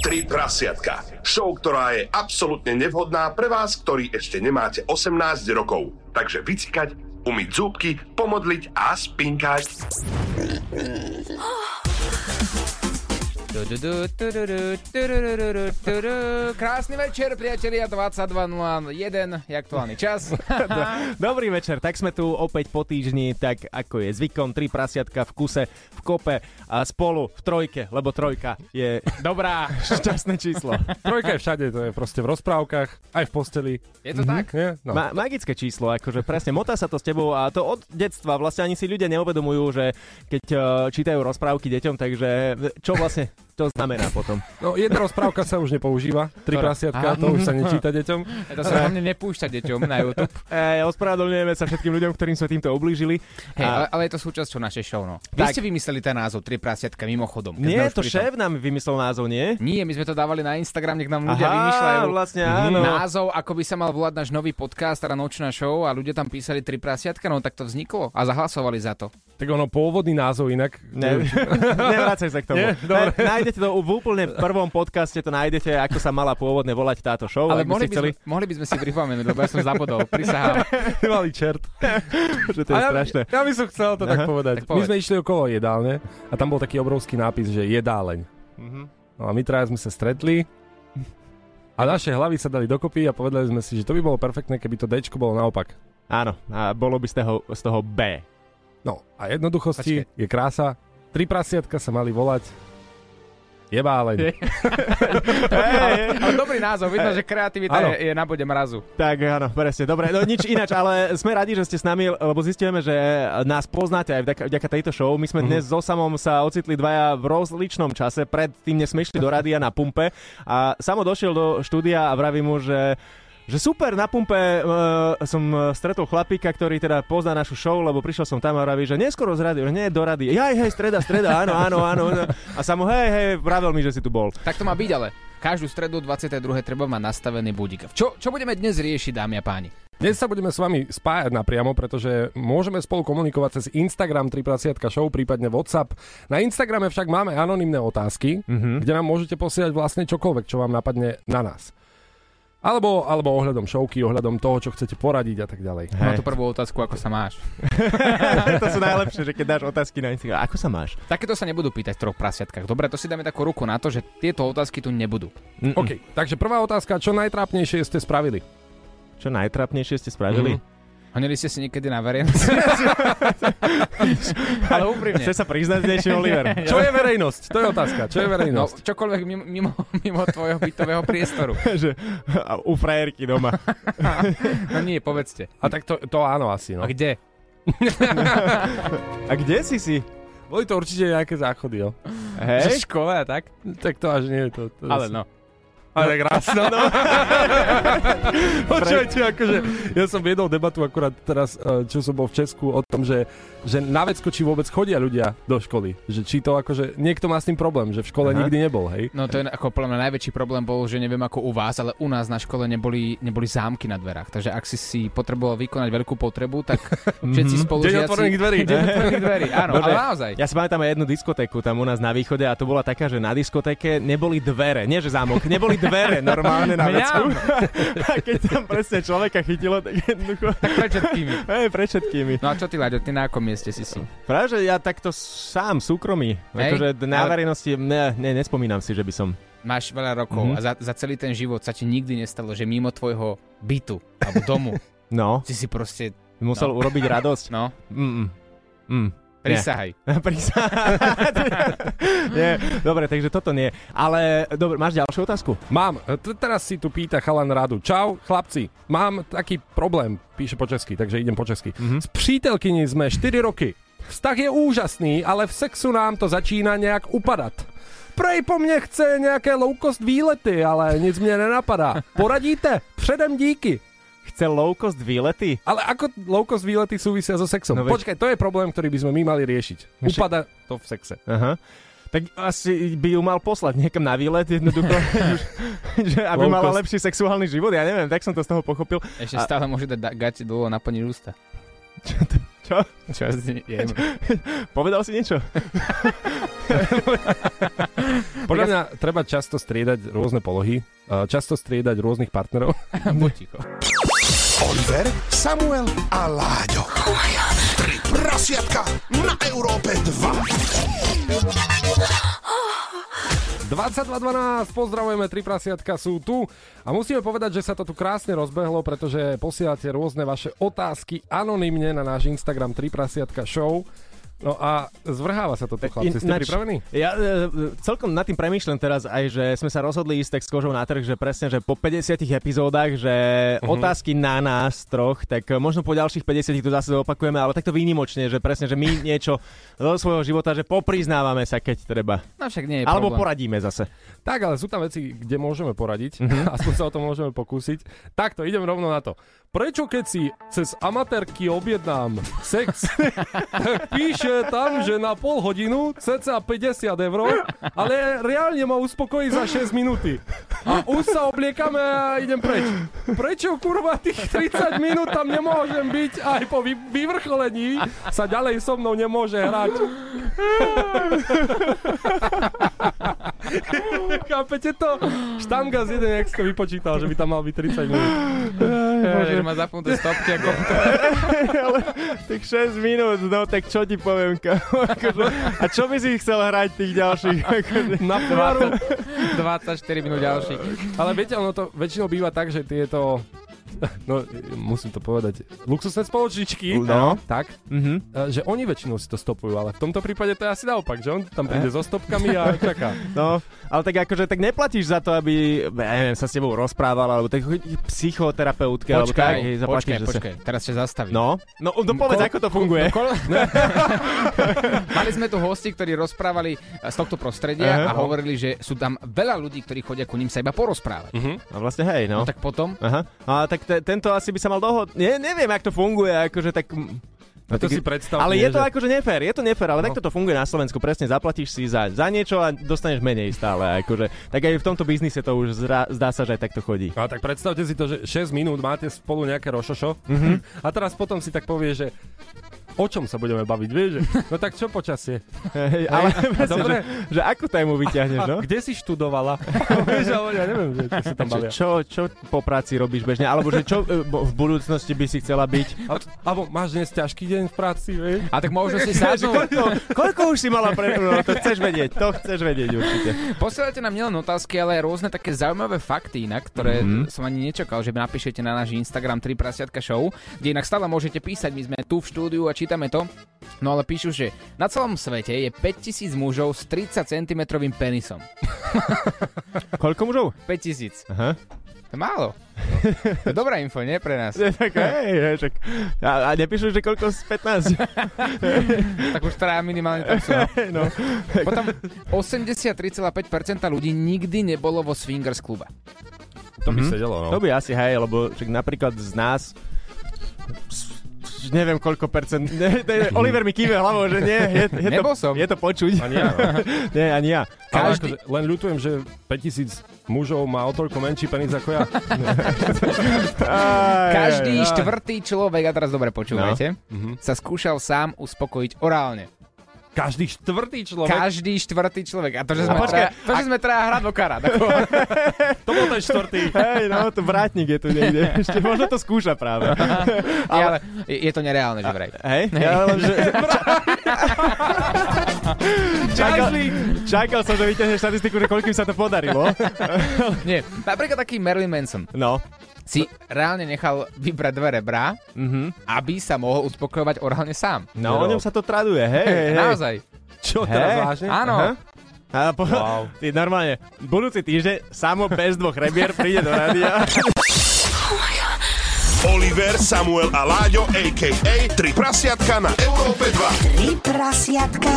Tri prasiatka. Show, ktorá je absolútne nevhodná pre vás, ktorí ešte nemáte 18 rokov. Takže vycikať, umyť zúbky, pomodliť a spinkať. Tududu, tududu, turururu, turu. Krásny večer, priatelia, 22.01, je aktuálny čas. Dobrý večer, tak sme tu opäť po týždni, tak ako je zvykom, tri prasiatka v kuse, v kope a spolu v trojke, lebo trojka je Dobrá, šťastné číslo. Trojka je všade, to je proste v rozprávkach, aj v posteli. je to tak? Nie? No. Ma- magické číslo, akože presne, motá sa to s tebou a to od detstva, vlastne ani si ľudia neuvedomujú, že keď eh, čítajú rozprávky deťom, takže čo vlastne to znamená potom. no jedna rozprávka sa už nepoužíva, tri Ktorá? prasiatka, Aha. to už sa nečíta deťom. To sa na mne nepúšťa deťom na YouTube. E, ospravedlňujeme sa všetkým ľuďom, ktorým sme týmto ublížili. Hej, A- ale, ale je to súčasťou našej show, no. Vy Tak. ste vymysleli ten názov Tri prasiatka mimochodom. keď sme Nie, už to pri tom. šéf nám vymyslel názov, nie? Nie, my sme to dávali na Instagram, nech nám ľudia vymýšľajú. Aha, vlastne áno. Názov, ako by sa mal volať náš nový podcast, teda nočná show a ľudia tam písali tri prasiatka, no tak to vzniklo a zahlasovali za to. Tak ono, pôvodný názov inak. Ne, nevrácaj sa k tomu. Nie? Dobre. Ne, nájdete to v úplne prvom podcaste, to nájdete, ako sa mala pôvodne volať táto show. Ale ak by ste mohli by, chceli, sme, mohli by sme si pripomenúť, lebo ja som zabudol, prisahám. malý čert. že to je strašné. No, Ja, ja by som chcel to tak Aha. povedať. Tak povedz. My sme išli okolo jedálne a tam bol taký obrovský nápis, že jedáleň. Mhm. No a my traja sme sa stretli a naše hlavy sa dali dokopy a povedali sme si, že to by bolo perfektné, keby to Dčko bolo naopak. Áno, a bolo by z toho, z toho B. No a jednoduchosti je krása. Tri prasiatka sa mali volať jebáleň. Hey, Ale dobrý názov, vidno, že kreativita Áno. je, je na bode mrazu. tak áno, presne, dobre. No nič ináč, ale sme radi, že ste s nami, lebo zistíme, že eh, nás poznáte aj vďaka, vďaka tejto show. My sme dnes so samom sa ocitli dvaja v rozličnom čase, predtým než sme išli do rádia na pumpe a samo došiel do štúdia a vraví mu, že že super, na pumpe e, som e, stretol chlapíka, ktorý teda pozná našu show, lebo prišiel som tam a vraví, že neskoro z rady, že nie, do rady. Jaj, hej, streda, streda, áno, áno, áno. áno. A samo, hej, hej, vravel mi, že si tu bol. Tak to má byť ale. Každú stredu 22. treba mať nastavený budík. Čo, čo budeme dnes riešiť, dámy a páni? Dnes sa budeme s vami spájať napriamo, pretože môžeme spolu komunikovať cez Instagram 3 show, prípadne WhatsApp. Na Instagrame však máme anonimné Mhm. otázky, mm-hmm. kde nám môžete posielať vlastne čokoľvek, čo vám napadne na nás. Alebo, alebo ohľadom showky, ohľadom toho, čo chcete poradiť a tak ďalej. Mám tu prvú otázku, ako sa máš. to sú najlepšie, že keď dáš otázky na Instagram. Ako sa máš? Takéto sa nebudú pýtať v troch prasiatkách. Dobre, to si dáme takú ruku na to, že tieto otázky tu nebudú. OK, takže prvá otázka, čo najtrápnejšie ste spravili? Čo najtrapnejšie ste Mhm. spravili? Mm. Honili ste si niekedy na verejnosti? Ale úprimne. Chce sa priznať dnešný Oliver. Čo je verejnosť? To je otázka. Čo je No, verejnosť? čokoľvek mimo, mimo, mimo tvojho bytového priestoru. že, a u frajerky doma. No nie, povedzte. A tak to, to áno asi, A no. kde? A kde si si? Boli to určite nejaké záchody, jo. Že v Hej? škole a tak? Tak to až nie je to. to Ale no. Ale tak raz, no. no. Počujte, akože, ja som viedol debatu akurát teraz, eh, čo som bol v Česku, o tom, že, že na vecko, či vôbec chodia ľudia do školy. Že či to akože, niekto má s tým problém, že v škole Aha. nikdy nebol, hej. No to je ako podľa mňa najväčší problém bol, že neviem ako u vás, ale u nás na škole neboli, neboli zámky na dverách. Takže ak si si potreboval vykonať veľkú potrebu, tak všetci spolužiaci... Deň otvorených dverí. Deň otvorených dverí, áno, Mhm. Dobre. ale naozaj. Ja si pamätám aj jednu diskotéku tam u nás na východe a to bola taká, že na diskotéke neboli dvere, nie že zámok, neboli dvere normálne na Mňam. vecku. a keď tam presne človeka chytilo, tak jednoducho... Tak pred všetkými. Hej, pred všetkými. No a čo ty, Láďo, ty na akom mieste si si? Práve, že ja takto sám, súkromí. Hej, Akože na ale- verejnosti, ne, ne, nespomínam si, že by som... Máš veľa rokov Mhm. a za, za celý ten život sa ti nikdy nestalo, že mimo tvojho bytu alebo domu No, si si proste, musel urobiť radosť. no, Mm, mm, mm. prisahaj. Prisahať. nie, dobre, takže toto nie. Ale, dobre, máš ďalšiu otázku? Mám, eh, t- teraz si tu pýta chalan radu. Čau, chlapci, mám taký problém, píše po česky, takže idem po česky. S přítelkyní sme 4 roky. Vztah je úžasný, ale v sexu nám to začíná nejak upadat. Prej po mne chce nejaké low cost výlety, ale nic mě nenapadá. Poradíte? Předem díky. Chce low cost výlety? Ale ako low cost výlety súvisia so No sexom? No, veď- Počkaj, to je problém, ktorý by sme my mali riešiť. Však- Upada to v sexe. Aha. Tak asi by ju mal poslať niekam na výlet jednoducho, že aby Low mala cost. lepší sexuálny život, ja neviem, tak som to z toho pochopil. Ešte A- stále môže dať da- gate dlho a naplniť ústa. Čo? Čo? si- je- Povedal si niečo? Podľa mňa treba často striedať rôzne polohy, eh, často striedať rôznych partnerov. Buď ticho. Oliver, Samuel a Láďo. Tri prasiatka na Európe 2. 22.12, pozdravujeme, tri prasiatka sú tu a musíme povedať, že sa to tu krásne rozbehlo, pretože posielate rôzne vaše otázky anonymne na náš Instagram tri prasiatka show. No a zvrháva sa to tu, chlapci, ste Ináč, pripravení? Ja e, celkom nad tým premýšľam teraz aj, že sme sa rozhodli ísť tak s kožou na trh, že presne, že po 50 epizódach, že otázky na nás troch, tak e, možno po ďalších 50 to zase opakujeme, ale takto výnimočne, že presne, že my niečo zo svojho života, že popriznávame sa, keď treba. No však nie je problém. Alebo poradíme zase. Tak, ale sú tam veci, kde môžeme poradiť, aspoň sa o to môžeme pokúsiť. Takto, idem rovno na to. Prečo keď si cez amatérky objednám sex, tak píše tam, že na pol hodinu cca 50 eur, ale reálne ma uspokojí za 6 minúty. A už sa obliekame a idem preč. Prečo kurva tých 30 minút tam nemôžem byť aj po vy- vyvrcholení sa ďalej so mnou nemôže hrať? Chápete to? Štanga z jeden, jak si to vypočítal, že by tam mal byť 30 minút. Bože, že ma zapnuté stopky ako... Tých 6 minút, no tak čo ti poviem, kamo, akože, a čo by si chcel hrať tých ďalších? Akože, Na povaru. 24 minút ďalších. Ale viete, ono to väčšinou býva tak, že tieto no, musím to povedať, luxusné spoločničky, No. tak, mhm. e, že oni väčšinou si to stopujú, ale v tomto prípade to je asi naopak, že on tam príde so stopkami a čaká. No, ale tak akože, tak neplatíš za to, aby, ja neviem, sa s tebou rozprával, alebo tak chodí k psychoterapeutke, alebo tak, Počkaj, hej, zaplatíš počkaj, zase. počkaj. Teraz ťa zastavím. No, no, no povedz, Ko- ako to funguje. Kol- Mali sme tu hosti, ktorí rozprávali eh, z tohto prostredia Aha. a hovorili, že sú tam veľa ľudí, ktorí chodia ku ním sa iba porozprávať. A vlastne hej, no. No tak potom, Aha, No, a tak te, tento asi by sa mal dohod... Nie, neviem, ako to funguje, akože tak... A to si predstav, Ale nie, je to že- akože nefér, je to nefér, ale takto to funguje na Slovensku, presne zaplatíš si za, za niečo a dostaneš menej stále, akože. Tak aj v tomto biznise to už zra, zdá sa, že aj takto chodí. No A tak predstavte si to, že 6 minút máte spolu nejaké rošošo a teraz potom si tak povie, že o čom sa budeme baviť, vieš? že, No tak čo počasie? Hej, ale presne, dobre. Že, že akú tému vyťahneš, no? A kde si študovala? vieš, ale ja neviem, že čo sa tam bavia. Čo, čo, čo po práci robíš bežne? Alebo že čo e, bo- v budúcnosti by si chcela byť? A- Alebo máš dnes ťažký deň v práci, vieš? a tak možno si sadnú. Koľko, no, koľko už si mala pre... No, to chceš vedieť, to chceš vedieť určite. Posielajte nám nielen otázky, ale aj rôzne také zaujímavé fakty inak, ktoré Mhm. mm-hmm. som ani nečakal, že napíšete na náš Instagram 3 prasiatka show, kde inak stále môžete písať, my sme tu v štúdiu a čítame to. No ale píšu, že na celom svete je 5000 mužov s 30 cm penisom. Koľko mužov? 5000. Aha. To je málo. To je dobrá info, nie pre nás. Je tak, hej, hej, však. A, a nepíšu, že koľko z 15? Tak už traja minimálne tam sú. no. Hej, no. Potom 83,5% ľudí nikdy nebolo vo swingers klube. To by sedelo, no. To by asi, hej, lebo však napríklad z nás neviem koľko percent. Ne, ne, Oliver mi kýve hlavou, že nie, je, je, Nebol to, som. je to počuť. Ani ja, no. Nie, ani ja. Každý... Akože, len ľutujem, že 5000 mužov má o toľko menší penis ako ja. Aj, Každý aj, aj. štvrtý človek, a teraz dobre počúvajte, No. Mhm. sa skúšal sám uspokojiť orálne. Každý štvrtý človek. Každý štvrtý človek. A to, že sme, A počkaj, traja, to, že sme traja hra do kara. Tako, To bol ten štvrtý. Hej, no, to vrátnik je tu niekde. Ešte možno to skúša práve. ale je je to nereálne, že vraj. Hej, ja len, že... čakal, čakal som, že vyťahneš štatistiku, že koľkým sa to podarilo. Nie. Napríklad taký Marilyn Manson No. si reálne nechal vybrať dve rebrá, Mhm. aby sa mohol uspokojovať orálne sám. No, o ňom sa to traduje, hej, hej, hej. Naozaj. Čo, teraz Hej. vážne? Áno. A po, Wow. Ty normálne, budúci týždeň samo bez dvoch rebier príde do rádia. Oliver, Samuel a Láďo, a.k.a. Tri prasiatka na Európe 2. Tri prasiatka.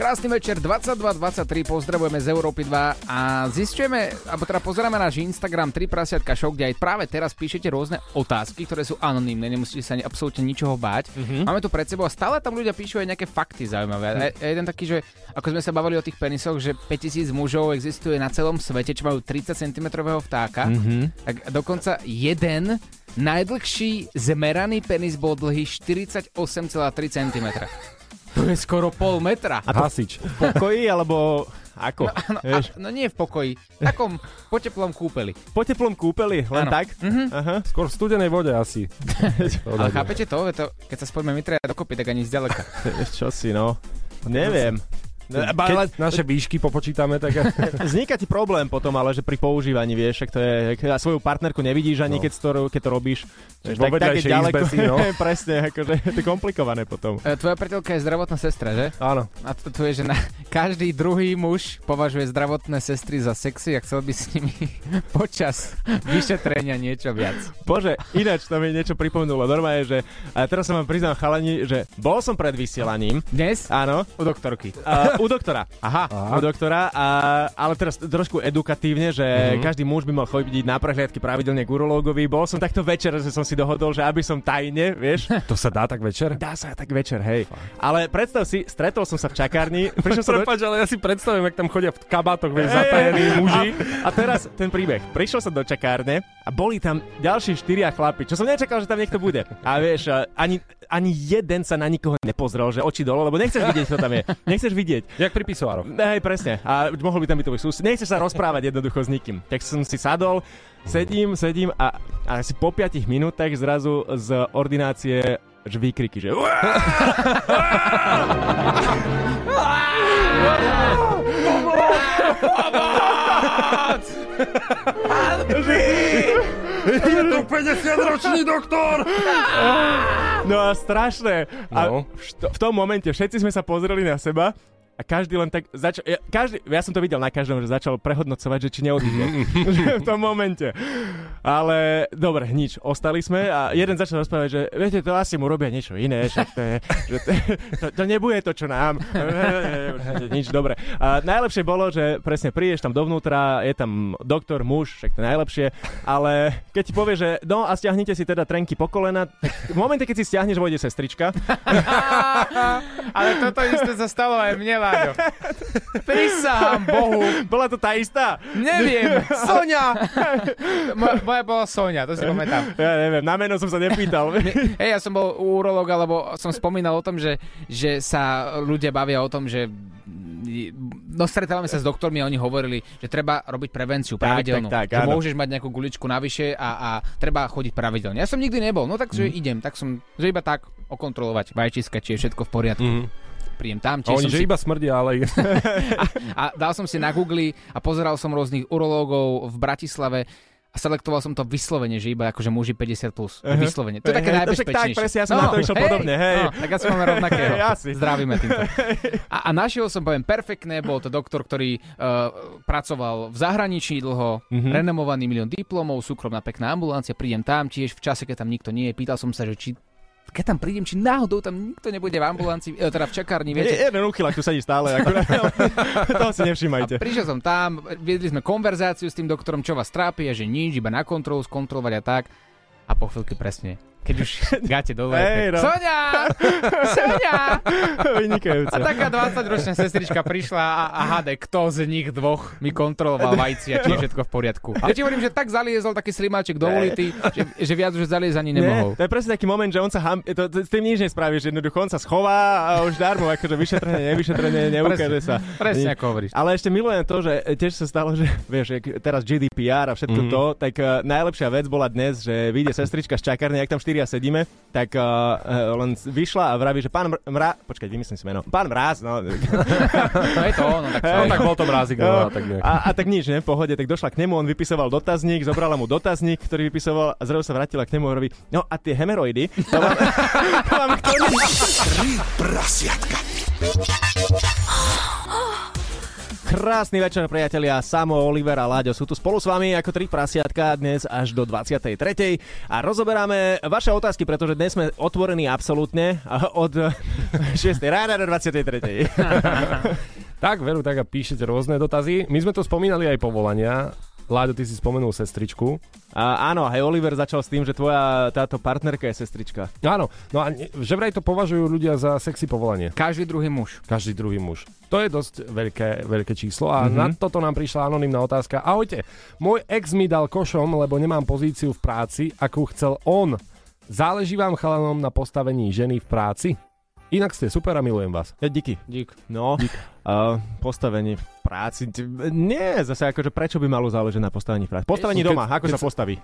Krásny večer, 22.23, pozdravujeme z Európy 2 a zistujeme, alebo teda pozeráme náš Instagram 3 prasiatka show, kde aj práve teraz píšete rôzne otázky, ktoré sú anonymné, nemusíte sa ani absolútne ničoho báť. Mm-hmm. Máme tu pred sebou a stále tam ľudia píšu aj nejaké fakty zaujímavé. A jeden taký, že ako sme sa bavili o tých penisoch, že 5000 mužov existuje na celom svete, čo majú 30 cm vtáka, mm-hmm. tak dokonca jeden Najdlhší zmeraný penis bol dlhý 48,3 cm. To je skoro pol metra. A Hasič. V pokoji, alebo ako? No, a, Vieš, no nie v pokoji, v takom poteplom kúpeli. po teplom kúpeli, Áno. Mhm. len tak? Aha. Skôr v studenej vode asi. Ale chápete to? Je to keď sa spojíme my traja dokopy, tak ani zďaleka. Čo si, no? Neviem. Keď Keď naše výšky popočítame, tak... vzniká ti problém potom, ale že pri používaní, vieš, ak to je, ak- a svoju partnerku nevidíš ani, No. keď, to, keď to robíš. Vieš, vo vedľajšej izbe si, no. presne, akože je to komplikované potom. E, Tvoja priateľka je zdravotná sestra, že? Áno. A to, to je, že na, každý druhý muž považuje zdravotné sestry za sexy a chcel by s nimi počas vyšetrenia niečo viac. Bože, ináč to mi niečo pripomenulo. Normálne, že a teraz sa vám priznám chalani, že bol som pred vysielaním, Dnes áno, u doktorky. Uh, u doktora. Aha, Aha. u doktora. A, ale teraz trošku edukatívne, že Mhm. mm-hmm. každý muž by mal chodiť na prehliadky pravidelne k urológovi. Bol som takto večer, že som si dohodol, že aby som tajne, vieš, To sa dá tak večer? dá sa tak večer, hej. Ale predstav si, stretol som sa v čakárni, prišiel som do... Prepač, ale ja si predstavujem, jak tam chodia v kabátoch, vieš, zatajení muži. A teraz ten príbeh. Prišiel som do čakárne a boli tam ďalší štyria chlapi, čo som nečakal, že tam niekto bude. A vieš, a ani, ani jeden sa na nikoho nepozrel, že oči dole, lebo nechceš vidieť, kto tam je. Nechceš vidieť. Jak pri pisoároch. Hej, presne. A mohol by tam byť tvoj sus. Nechceš sa rozprávať jednoducho s nikým. Tak som si sadol, sedím, sedím a, a asi po 5 minútach zrazu z ordinácie že výkriky, že "Uá!" Je tu 50-ročný doktor! No a strašné. A No. v, št- v tom momente všetci sme sa pozreli na seba a každý len tak začal, ja, každý, ja som to videl na každom, že začal prehodnocovať, že či neodíde. Že v tom momente. Ale dobre, nič, ostali sme a jeden začal rozprávať, že viete, to asi mu robia niečo No iné, však to, je, že to, to, to nebude to, čo nám. Nič, dobre. A najlepšie bolo, že presne prídeš tam dovnútra, je tam doktor, muž, však to je najlepšie, ale keď ti povie, že no a stiahnite si teda trenky po kolena, tak v momente, keď si stiahneš, vojde sestrička. Ale toto isté sa stalo aj mne, Láďo. Prisahám Bohu. Bola to tá istá? Neviem. Sonia! Mo- moja bola Sonia, to si pamätám. Ja neviem, na meno som sa nepýtal. Hej, ja som bol u urológa, lebo som spomínal o tom, že, že sa ľudia bavia o tom, že no stretávame sa s doktormi a oni hovorili, že treba robiť prevenciu pravidelnú. tak, tak, že áno. môžeš mať nejakú guličku navyše a, a treba chodiť pravidelne. Ja som nikdy nebol, no takže mm. idem, tak som, že iba tak okontrolovať vajčiska, či je všetko v poriadku. Mm. Príjem tam, A či oni, som že si iba smrdia, ale... a dal som si na Google a pozeral som rôznych urológov v Bratislave a selektoval som to vyslovene, že iba akože muži 50+. Plus. Vyslovene. To je Hej, také hej, najbezpečnejšie. však tak, presne, ja som na to išiel podobne, hej. No, tak asi máme rovnakého. Hej, asi. Zdravíme týmto. A, a našiel som, poviem, perfektné, bol to doktor, ktorý uh, pracoval v zahraničí dlho, Mhm. mm-hmm. renomovaný milión diplomov, súkromná pekná ambulancia, prídem tam tiež v čase, keď tam nikto nie je, pýtal som sa, že či keď tam prídem, či náhodou tam nikto nebude v ambulancii, eh, teda v čakárni, viete, Je, jeden uchylak tu sedí stále, akurát. Toho si a nevšímajte. prišiel som tam, viedli sme konverzáciu s tým doktorom, čo vás trápi a že nič, iba na kontrolu skontrolovať a tak. A po chvíľke presne. Keď už gáte dole. Hey, Hej, no. no. Sonia! Sonia! A Vynikajúce. taká 20-ročná sestrička prišla a, a hade, kto z nich dvoch mi kontroloval vajcia, No. či je všetko v poriadku. A ja ti hovorím, že tak zaliezol taký slimáček do ulity, že, že viac už zaliez ani nemohol. Nie, to je presne taký moment, že on sa ham... To, to, s tým nič nespravíš, jednoducho on sa schová a už darmo, akože vyšetrenie, nevyšetrenie, neukáže sa. Presne ako hovoríš. Ale ešte milujem to, že tiež sa stalo, že vieš, jak teraz GDPR a všetko mm-hmm. to, tak uh, najlepšia vec bola dnes, že vyjde sestrička z čakárne, ak tam štyria sedíme, tak uh, uh, len vyšla a vraví, že pán Mr- Mra... Počkaj, vymyslím si meno. Pán Mráz, no. No je to ono, tak sa No tak bol to mrázik, no, a tak nejak. a, a tak nič, ne, v pohode, tak došla k nemu, on vypisoval dotazník, zobrala mu dotazník, ktorý vypisoval a zrazu sa vrátila k nemu a hovorí, no a tie hemeroidy, to vám, to vám kto nie... Prasiatka. Krásny večer, priatelia. Samo, Oliver a Láďo sú tu spolu s vami ako tri prasiatka dnes až do 23. A rozoberáme vaše otázky, pretože dnes sme otvorení absolútne a od eh, 6. rána do 23. Tak, veru, tak a píšete rôzne dotazy. My sme to spomínali aj povolania. Láďo, ty si spomenul sestričku. A, áno, aj Oliver začal s tým, že tvoja táto partnerka je sestrička. Áno, no a ne- že vraj to považujú ľudia za sexy povolanie. Každý druhý muž. Každý druhý muž. To je dosť veľké, veľké číslo a mm-hmm. na toto nám prišla anonimná otázka. Ahojte, môj ex mi dal košom, lebo nemám pozíciu v práci, akú chcel on. Záleží vám chalanom na postavení ženy v práci? Inak ste super a milujem vás. Ja, díky. Dík. No, uh, postavenie v práci. Ty- Nie, zase akože prečo by malo záležať na postavení v práci? Postavenie Keď- doma, ako keď sa postaví.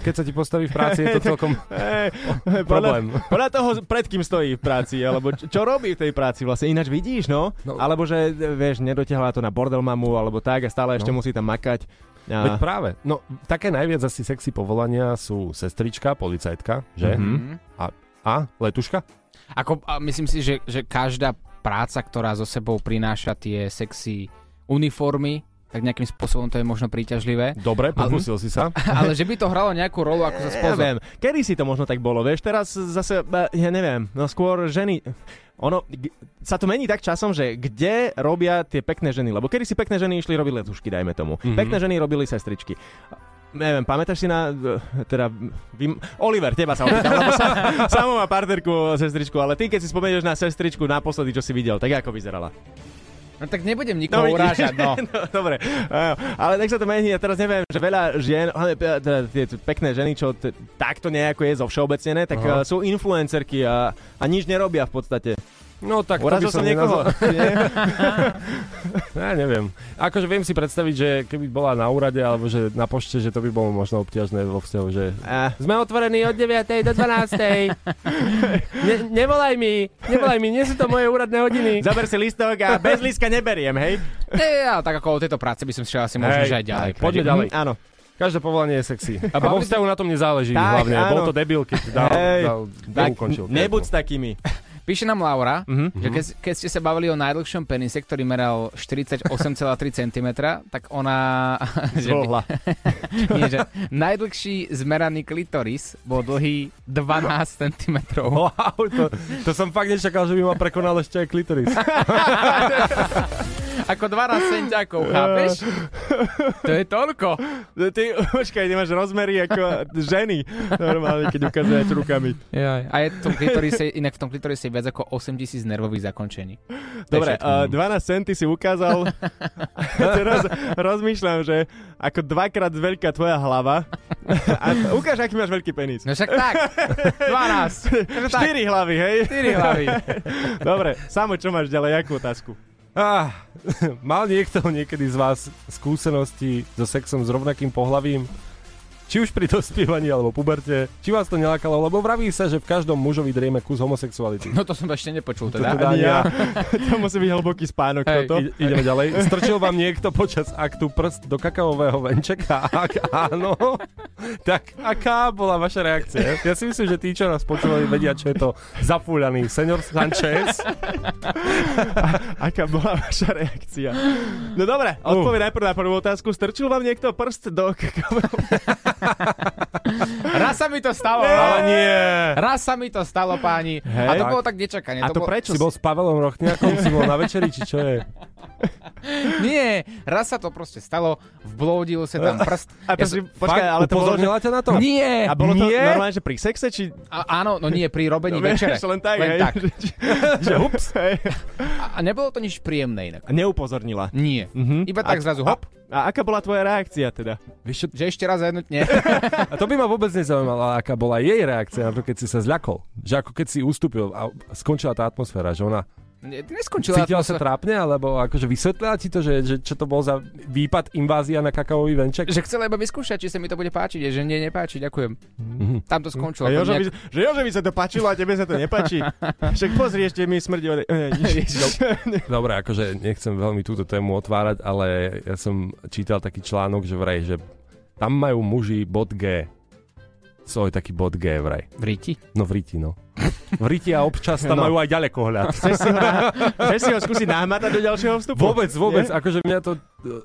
Keď sa ti postaví v práci, je to celkom... Hey, Oh, problém. Podľa, podľa toho, pred kým stojí v práci, alebo čo, čo robí v tej práci vlastne. Ináč vidíš, no? no. No. Alebo že, vieš, nedotiahla to na bordel mamu, alebo tak a stále ešte No. musí tam makať. Veď A, práve. No, také najviac asi sexy povolania sú sestrička, policajtka, že? Mm-hmm. Mm. A letuška? Ako, a myslím si, že, že každá práca, ktorá so sebou prináša tie sexy uniformy, tak nejakým spôsobom to je možno príťažlivé. Dobre, pokúsil si sa. Ale že by to hralo nejakú rolu, ako sa ja spozor. viem, kedy si to možno tak bolo, vieš, teraz zase, ba, ja neviem, no skôr ženy, ono, g- sa to mení tak časom, že kde robia tie pekné ženy, lebo kedy si pekné ženy išli robiť letušky, dajme tomu. Mhm. Mm-hmm. Pekné ženy robili sestričky. Neviem, pamätáš si na, teda, vy, Oliver, teba sa opýtam, lebo sa, samo má partnerku, sestričku, ale ty, keď si spomenieš na sestričku naposledy, čo si videl, tak ako vyzerala? No tak nebudem nikoho vidíš. urážať, no. Dobre, áno. ale tak sa to mení, ja teraz neviem, že veľa žien, hlavne pe- teda tie pekné ženy, čo t- takto nejako je zovšeobecnené, tak uh, Aha. sú influencerky a, a nič nerobia v podstate. No tak to by Urazil som som niekoho. Nie? Ja neviem. Akože viem si predstaviť, že keby bola na úrade alebo že na pošte, že to by bolo možno obťažné vo vzťahu, že... A, Sme otvorení od 9. do 12. Ne, nevolaj mi, nevolaj mi, nie sú to moje úradné hodiny. zaber si listok a bez lístka neberiem, hej? E, ale tak ako o tejto práce by som šiel asi možno, Hej, že aj ďalej. tak, poďme ďalej. Mm, áno. Každé povolanie je sexy. A Pavli- vo vzťahu na tom nezáleží Tak, hlavne. áno. Bol to debil, keď dal, Hej, dal, dal Tak, ukončil. nebuď s takými. Píše nám Laura, Mhm. že keď, keď ste sa bavili o najdlhšom penise, ktorý meral 48,3 cm, tak ona... že by- Zvolhla. Nie, že najdlhší zmeraný klitoris bol dlhý 12 cm. Wow, to, to som fakt nečakal, že by ma prekonal ešte aj klitoris. Ako 12 centiakov, chápeš? To je toľko. Ty, počkaj, nemáš rozmery ako ženy. Normálne, keď ukazuješ rukami. A je v tom klitorise, inak v tom klitorise je viac ako 8000 nervových zakončení. Dobre, všetko. uh, 12 centy si ukázal. Teraz rozmýšľam, že ako dvakrát veľká tvoja hlava. A ukáž, aký máš veľký penis. No však tak, 12, Štyri hlavy, hej? 4 hlavy. Dobre, Samo, čo máš ďalej, akú otázku? Ah, mal niekto niekedy z vás skúsenosti so sexom s rovnakým pohlavím? Či už pri dospievaní alebo puberte? Či vás to nelakalo? Lebo vraví sa, že v každom mužovi drieme kus homosexuality. No to som ešte nepočul teda. Teda ani ja. to musí byť hlboký spánok, Hej. toto. I- ideme ďalej. Strčil vám niekto počas aktu prst do kakaového venčeka? Ak áno, tak aká bola vaša reakcia? Ja si myslím, že tí, čo nás počúvali, vedia, čo je to zafúľaný senior Sanchez. Aká bola vaša reakcia? No dobre, odpoveď najprv na prvú otázku. Strčil vám niekto prst do... Raz sa mi to stalo. Ale nie. Raz sa mi to stalo, páni. Hej. a to Tak. bolo tak nečakanie. A to bolo... prečo? Si bol s Pavelom Rochňakom, si bol na večeri, či čo je? Nie, raz sa to proste stalo, vbloudil sa tam prst. A to Ja si, som- akože, počkaj, ale to bolo... Že... Upozornila ťa na to? Nie! A bolo to Nie? normálne, že pri sexe, či... A, áno, no nie, pri robení večere. Vieš, len tak, Len hej? tak. že ups. Hej. A, a nebolo to nič príjemné inak. Neupozornila. Nie. Mhm. Iba tak A- zrazu hop, A, a aká bola tvoja reakcia teda? Vieš čo, že ešte raz jedno nie. A to by ma vôbec nezaujímalo, aká bola jej reakcia na to, keď si sa zľakol. Že ako keď si ustúpil a skončila tá atmosféra, že ona Nie, Neskončila. cítila sa trápne, alebo akože vysvetlila ti to, že, že čo to bol za výpad invázia na kakaový venček? Že chcela iba vyskúšať, či sa mi to bude páčiť, že nie, nepáči, ďakujem. Mhm. Tam to skončilo. A ako Jožovi, nejak- Že Jožovi sa to páčilo a tebe sa to nepáči. Však pozri, ešte mi smrdí od... e, nič. Dobre, akože nechcem veľmi túto tému otvárať, ale ja som čítal taký článok, že vraj, že tam majú muži bod G. Svoj taký bod G vraj. V Riti? No v Riti, no. V Riti a občas tam No. majú aj ďalekohľad. Chceš si ho, na- chceš si ho skúsiť nahmatať do ďalšieho vstupu? Vôbec, vôbec, Nie? akože mňa to...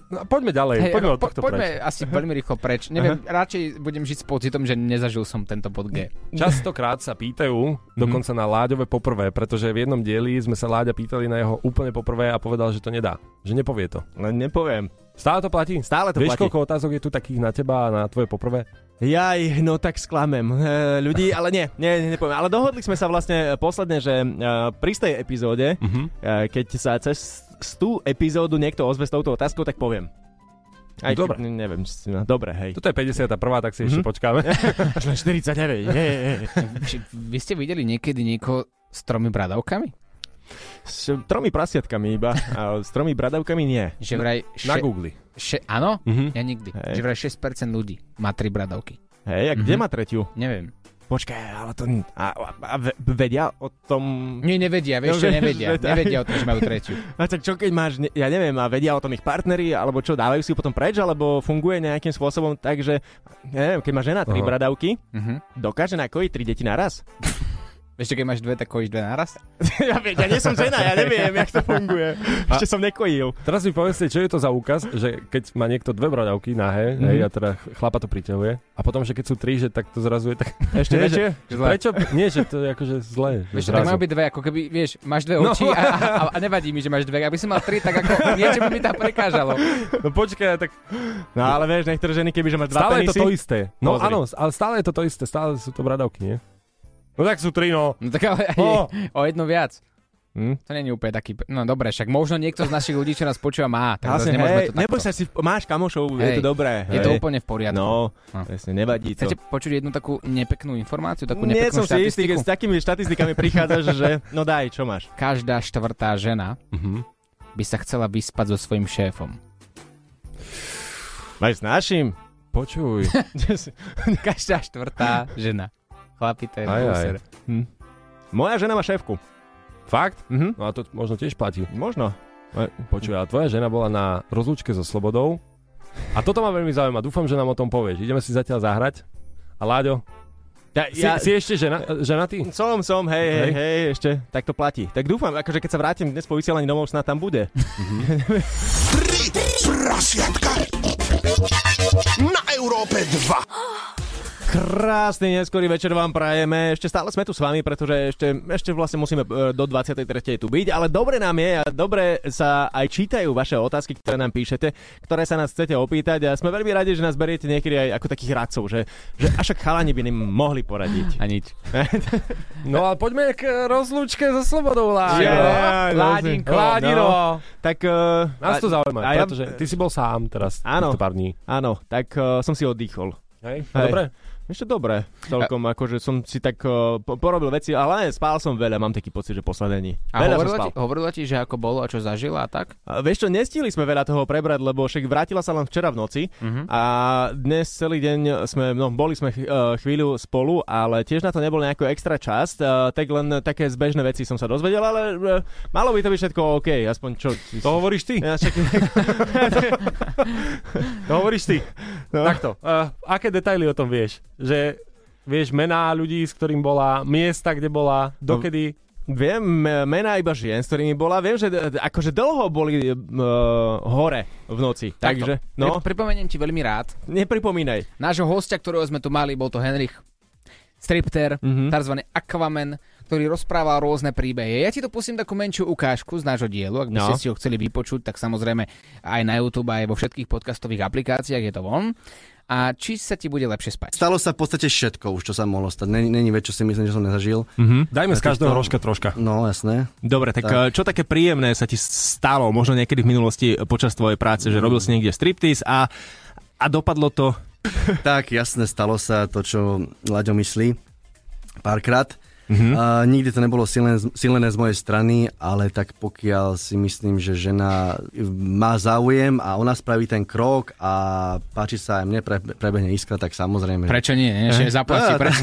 No, poďme ďalej, Hej, poďme od po, tohto poďme asi veľmi rýchlo preč. Neviem, radšej budem žiť s pocitom, že nezažil som tento bod G. Častokrát sa pýtajú, dokonca na Láďove poprvé, pretože v jednom dieli sme sa Láďa pýtali na jeho úplne poprvé a povedal, že to nedá, že nepovie to. Len No, nepoviem. Stále to platí? Stále to Vieš, platí. koľko otázok je tu takých na teba a na tvoje poprvé? Jaj, no tak sklamem e, ľudí, ale nie, nie, nie, nepoviem. Ale dohodli sme sa vlastne posledne, že e, pri tej epizóde, Mhm. e, keď sa cez s tú epizódu niekto ozve s touto otázkou, tak poviem. Aj, Dobre. Ne, neviem, s- no, dobre, hej. Toto je 51. tak si ešte Mhm. počkáme. Až len 49, hej, hej. Či Vy ste videli niekedy niekoho s tromi bradavkami? S tromi prasiatkami iba, a s tromi bradavkami nie. Že vraj... Na Še, Google. še, áno? Mhm. Ja nikdy. Hej. Že vraj 6% ľudí má tri bradavky. Hej, a kde Mhm. má tretiu? Neviem. Počkaj, ale to... A, a, a ve- vedia o tom... Nie, nevedia, No, vieš čo, vieš, nevedia. že tak. Nevedia o tom, že majú tretiu. A tak čo keď máš, ne, ja neviem, a vedia o tom ich partneri, alebo čo, dávajú si ju potom preč, alebo funguje nejakým spôsobom tak, že, neviem, keď má žena tri Aha. bradavky, Mhm. dokáže nakojiť tri deti naraz? Vieš čo, keď máš dve, tak kojíš dve naraz? ja, viem, ja nie som žena, ja neviem, jak to funguje. Ešte som nekojil. Teraz mi povedzte, čo je to za úkaz, že keď má niekto dve bradavky nahé, Mhm. hej, a teda chlapa to priťahuje, a potom, že keď sú tri, že tak to zrazu je tak... Ešte Nie, väčšie? Že prečo? Nie, že to je akože zlé. že Vieš, čo, zrazu. tak majú byť dve, ako keby, vieš, máš dve No. oči a, a, a- a, nevadí mi, že máš dve. Aby som mal tri, tak ako niečo by mi tam prekážalo. No počkaj, tak No ale vieš, niektoré ženy, kebyže máš dva Stále je penisy... to to isté. No Pozri. áno, ale stále je to to isté, stále sú to bradavky, nie? No tak sú tri, no. No tak ale aj, O. o jednu viac. Hm? To není úplne taký... No dobre, však možno niekto z našich ľudí, čo nás počúva, má. Tak zase Vlastne, nemôžeme hej, to takto. neboj sa si, máš kamošov, je Hej, to dobré. Je to hej. úplne v poriadku. No, No. presne, nevadí to. Chcete počuť jednu takú nepeknú informáciu, takú Nie nepeknú som si istý, štatistiku? keď s takými štatistikami prichádzaš, že no daj, čo máš? Každá štvrtá žena Mhm. by sa chcela vyspať so svojím šéfom. Máš s našim? Počuj. Každá štvrtá žena. Chlapi, to je Aj, aj. prúser. Moja žena má šéfku. Fakt? Mhm. No a to možno tiež platí. Možno. Počuj, a tvoja žena bola na rozlúčke so Slobodou. A toto ma veľmi zaujíma, dúfam, že nám o tom povieš. Ideme si zatiaľ zahrať. A Láďo, Ja, si, si ešte žena, ženatý? Som, som, hej, hej, Hej. hej, ešte. Tak to platí. Tak dúfam, akože keď sa vrátim dnes po vysielaní domov, snad tam bude. Tri prasiatka na Európe 2. Krásny neskorý večer vám prajeme. Ešte stále sme tu s vami, pretože ešte, ešte vlastne musíme e, do 23. tu byť, ale dobre nám je a dobre sa aj čítajú vaše otázky, ktoré nám píšete, ktoré sa nás chcete opýtať a sme veľmi radi, že nás beriete niekedy aj ako takých radcov, že, že až ak chalani by nám mohli poradiť. A nič. No ale poďme k rozlúčke so Slobodou, Láďo. Ja, Ládinko. Ládino. No. Tak uh, Nás to zaujíma, a ja- pretože ty si bol sám teraz. Áno. týchto pár dní. áno, tak uh, som si oddychol. Hej, Hej. dobre. Ešte dobre, celkom akože som si tak uh, po- porobil veci, ale aj spál som veľa, mám taký pocit, že posledení. A veľa som hovorila spal. ti, hovorila ti, že ako bolo a čo zažila a tak? A vieš čo, nestihli sme veľa toho prebrať, lebo však vrátila sa len včera v noci Mhm. a dnes celý deň sme, no boli sme ch- eh, chvíľu spolu, ale tiež na to nebol nejaký extra čas, eh, tak len také zbežné veci som sa dozvedel, ale eh, malo by to byť všetko OK, aspoň čo... To hovoríš ty. Ja však, To hovoríš ty. no. Takto, uh, aké detaily o tom vieš? Že vieš mená ľudí, s ktorým bola, miesta, kde bola, dokedy? Viem e, mená iba žien, s ktorými bola. Viem, že e, akože dlho boli uh, hore v noci. Takže, Takto. no, Pri- pripomeniem ti veľmi rád. nepripomínaj. Nášho hostia, ktorého sme tu mali, bol to Henrich Stripter, Mhm. tzv. Aquaman, ktorý rozprával rôzne príbehy. Ja ti to pustím takú menšiu ukážku z nášho dielu, ak by No. ste si ho chceli vypočuť, tak samozrejme aj na YouTube, aj vo všetkých podcastových aplikáciách je to von. A či sa ti bude lepšie spať? Stalo sa v podstate všetko už, čo sa mohlo stať. Není, není vec, čo si myslím, že som nezažil. Hm. Mhm. Dajme z každého rožka troška. No, jasné. Dobre, tak, Tak. tak čo také príjemné sa ti stalo možno niekedy v minulosti e, počas tvojej práce, Mhm. že robil si niekde striptease a, a dopadlo to... Tak, jasné, stalo sa to, čo Laďo myslí párkrát. A nikdy to nebolo silné, silné z mojej strany, ale tak pokiaľ si myslím, že žena má záujem a ona spraví ten krok a páči sa aj mne, pre, prebehne iskra, tak samozrejme. že- Prečo nie? nie? Že Eh? No, zaplatí, prečo?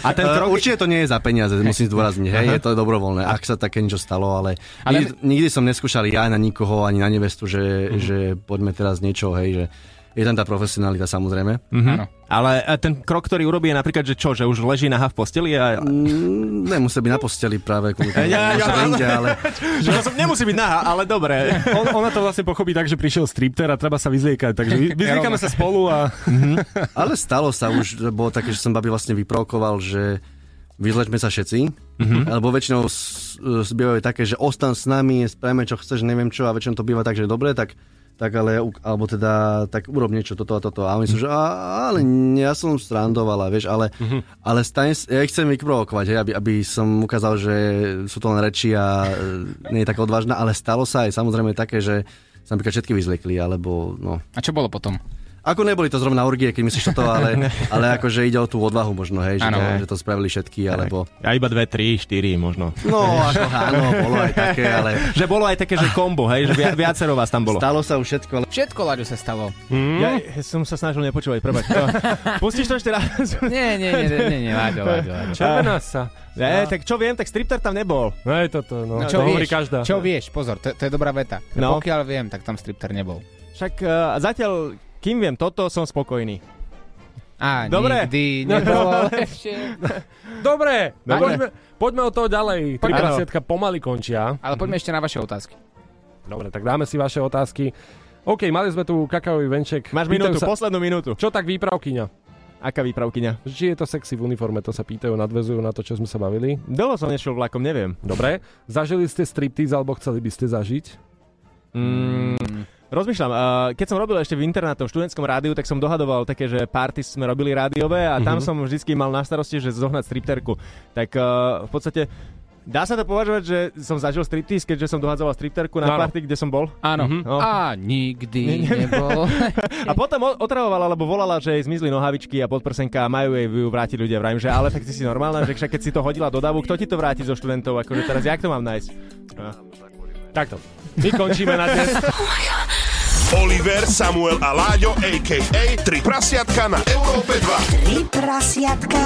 A ten krok... Eh, Určite to nie je za peniaze, musím zdôrazniť, hej, je to dobrovoľné, ak sa také niečo stalo, ale, Ale- ale... Mhm. Nikdy, nikdy som neskúšal ja na nikoho, ani na nevestu, že, že poďme teraz niečo, hej, že Je tam tá profesionalita samozrejme. Áno. Ale e, ten krok, ktorý urobí je napríklad, že čo, že už leží na v posteli a... Mm, nemusí byť na posteli práve kvôli tomu, Ja, ja, môže áno. inde, ale že to som nemusí byť nahá, ale dobre. On, ona to vlastne pochopí tak, že prišiel stripter a treba sa vyzliekať, takže vy- vyzliekame sa spolu a... Ale stalo sa už, že bolo také, že som babi vlastne vyprovokoval, že vyzlečme sa všetci, lebo väčšinou s- s- bývajú také, že ostan s nami, spravíme čo chceš, neviem čo, a väčšinou to býva tak, že dobre, tak tak ale, u- alebo teda, tak urob niečo, toto a toto. A oni sú, že, a, ale nie, ja som strandovala, vieš, ale, ale stane, s- ja ich chcem vyprovokovať, hej, aby, aby som ukázal, že sú to len reči a e, nie je taká odvážna, ale stalo sa aj samozrejme také, že sa napríklad všetky vyzlekli, alebo no, A čo bolo potom? ako neboli to zrovna orgie, keď myslíš toto, ale, ale akože ide o tú odvahu možno, hej, že, Áno. to, že to spravili všetky, alebo... A iba dve, tri, štyri možno. No, ako áno, bolo aj také, ale... Že bolo aj také, že kombo, hej, že via- viacero vás tam bolo. Stalo sa už všetko, ale... Všetko, Laďo, sa stalo. Ja, ja som sa snažil nepočúvať, prebač. No, Pustíš to ešte raz? Nie, nie, nie, nie, nie, nie Laďo, Laďo, Laďo. Červená sa. Ne, tak čo viem, tak stripter tam nebol. No je toto, no. Čo to hovorí vieš, každá. čo vieš, pozor, to, to je dobrá veta. No. No. Pokiaľ viem, tak tam stripter nebol. Však uh, zatiaľ, kým viem toto, som spokojný. Á, Dobre. nikdy nebolo lepšie. Dobre, Dobre. Poďme, poďme od toho ďalej. Tri Poďme. prasiatka pomaly končia. Ale poďme ešte na vaše otázky. Dobre, tak dáme si vaše otázky. OK, mali sme tu kakaový venček. Máš Pýtajú minútu, sa, poslednú minútu. Čo tak výpravkyňa? Aká výpravkyňa? Či je to sexy v uniforme, to sa pýtajú, nadvezujú na to, čo sme sa bavili. Dlho som nešiel vlakom, neviem. Dobre, zažili ste striptease, alebo chceli by ste zažiť? Mm, rozmýšľam, uh, keď som robil ešte v internátnom študentskom rádiu, tak som dohadoval také, že party sme robili rádiové a tam som vždycky mal na starosti, že zohnať stripterku. Tak uh, v podstate dá sa to považovať, že som zažil striptease, keďže som dohadzoval stripterku na Áno. party, kde som bol. Áno. Mhm. No. A nikdy nebol. A potom o- otravovala, lebo volala, že jej zmizli nohavičky a podprsenka a majú jej ju vrátiť ľudia. Vrajím, že ale tak ty si normálna, že však keď si to hodila do davu, kto ti to vráti zo študentov? Akože teraz jak to mám nájsť? Takto. My končíme na dnes. Oliver, Samuel a Láďo, a.k.a. Tri prasiatka na Európe 2. Tri prasiatka.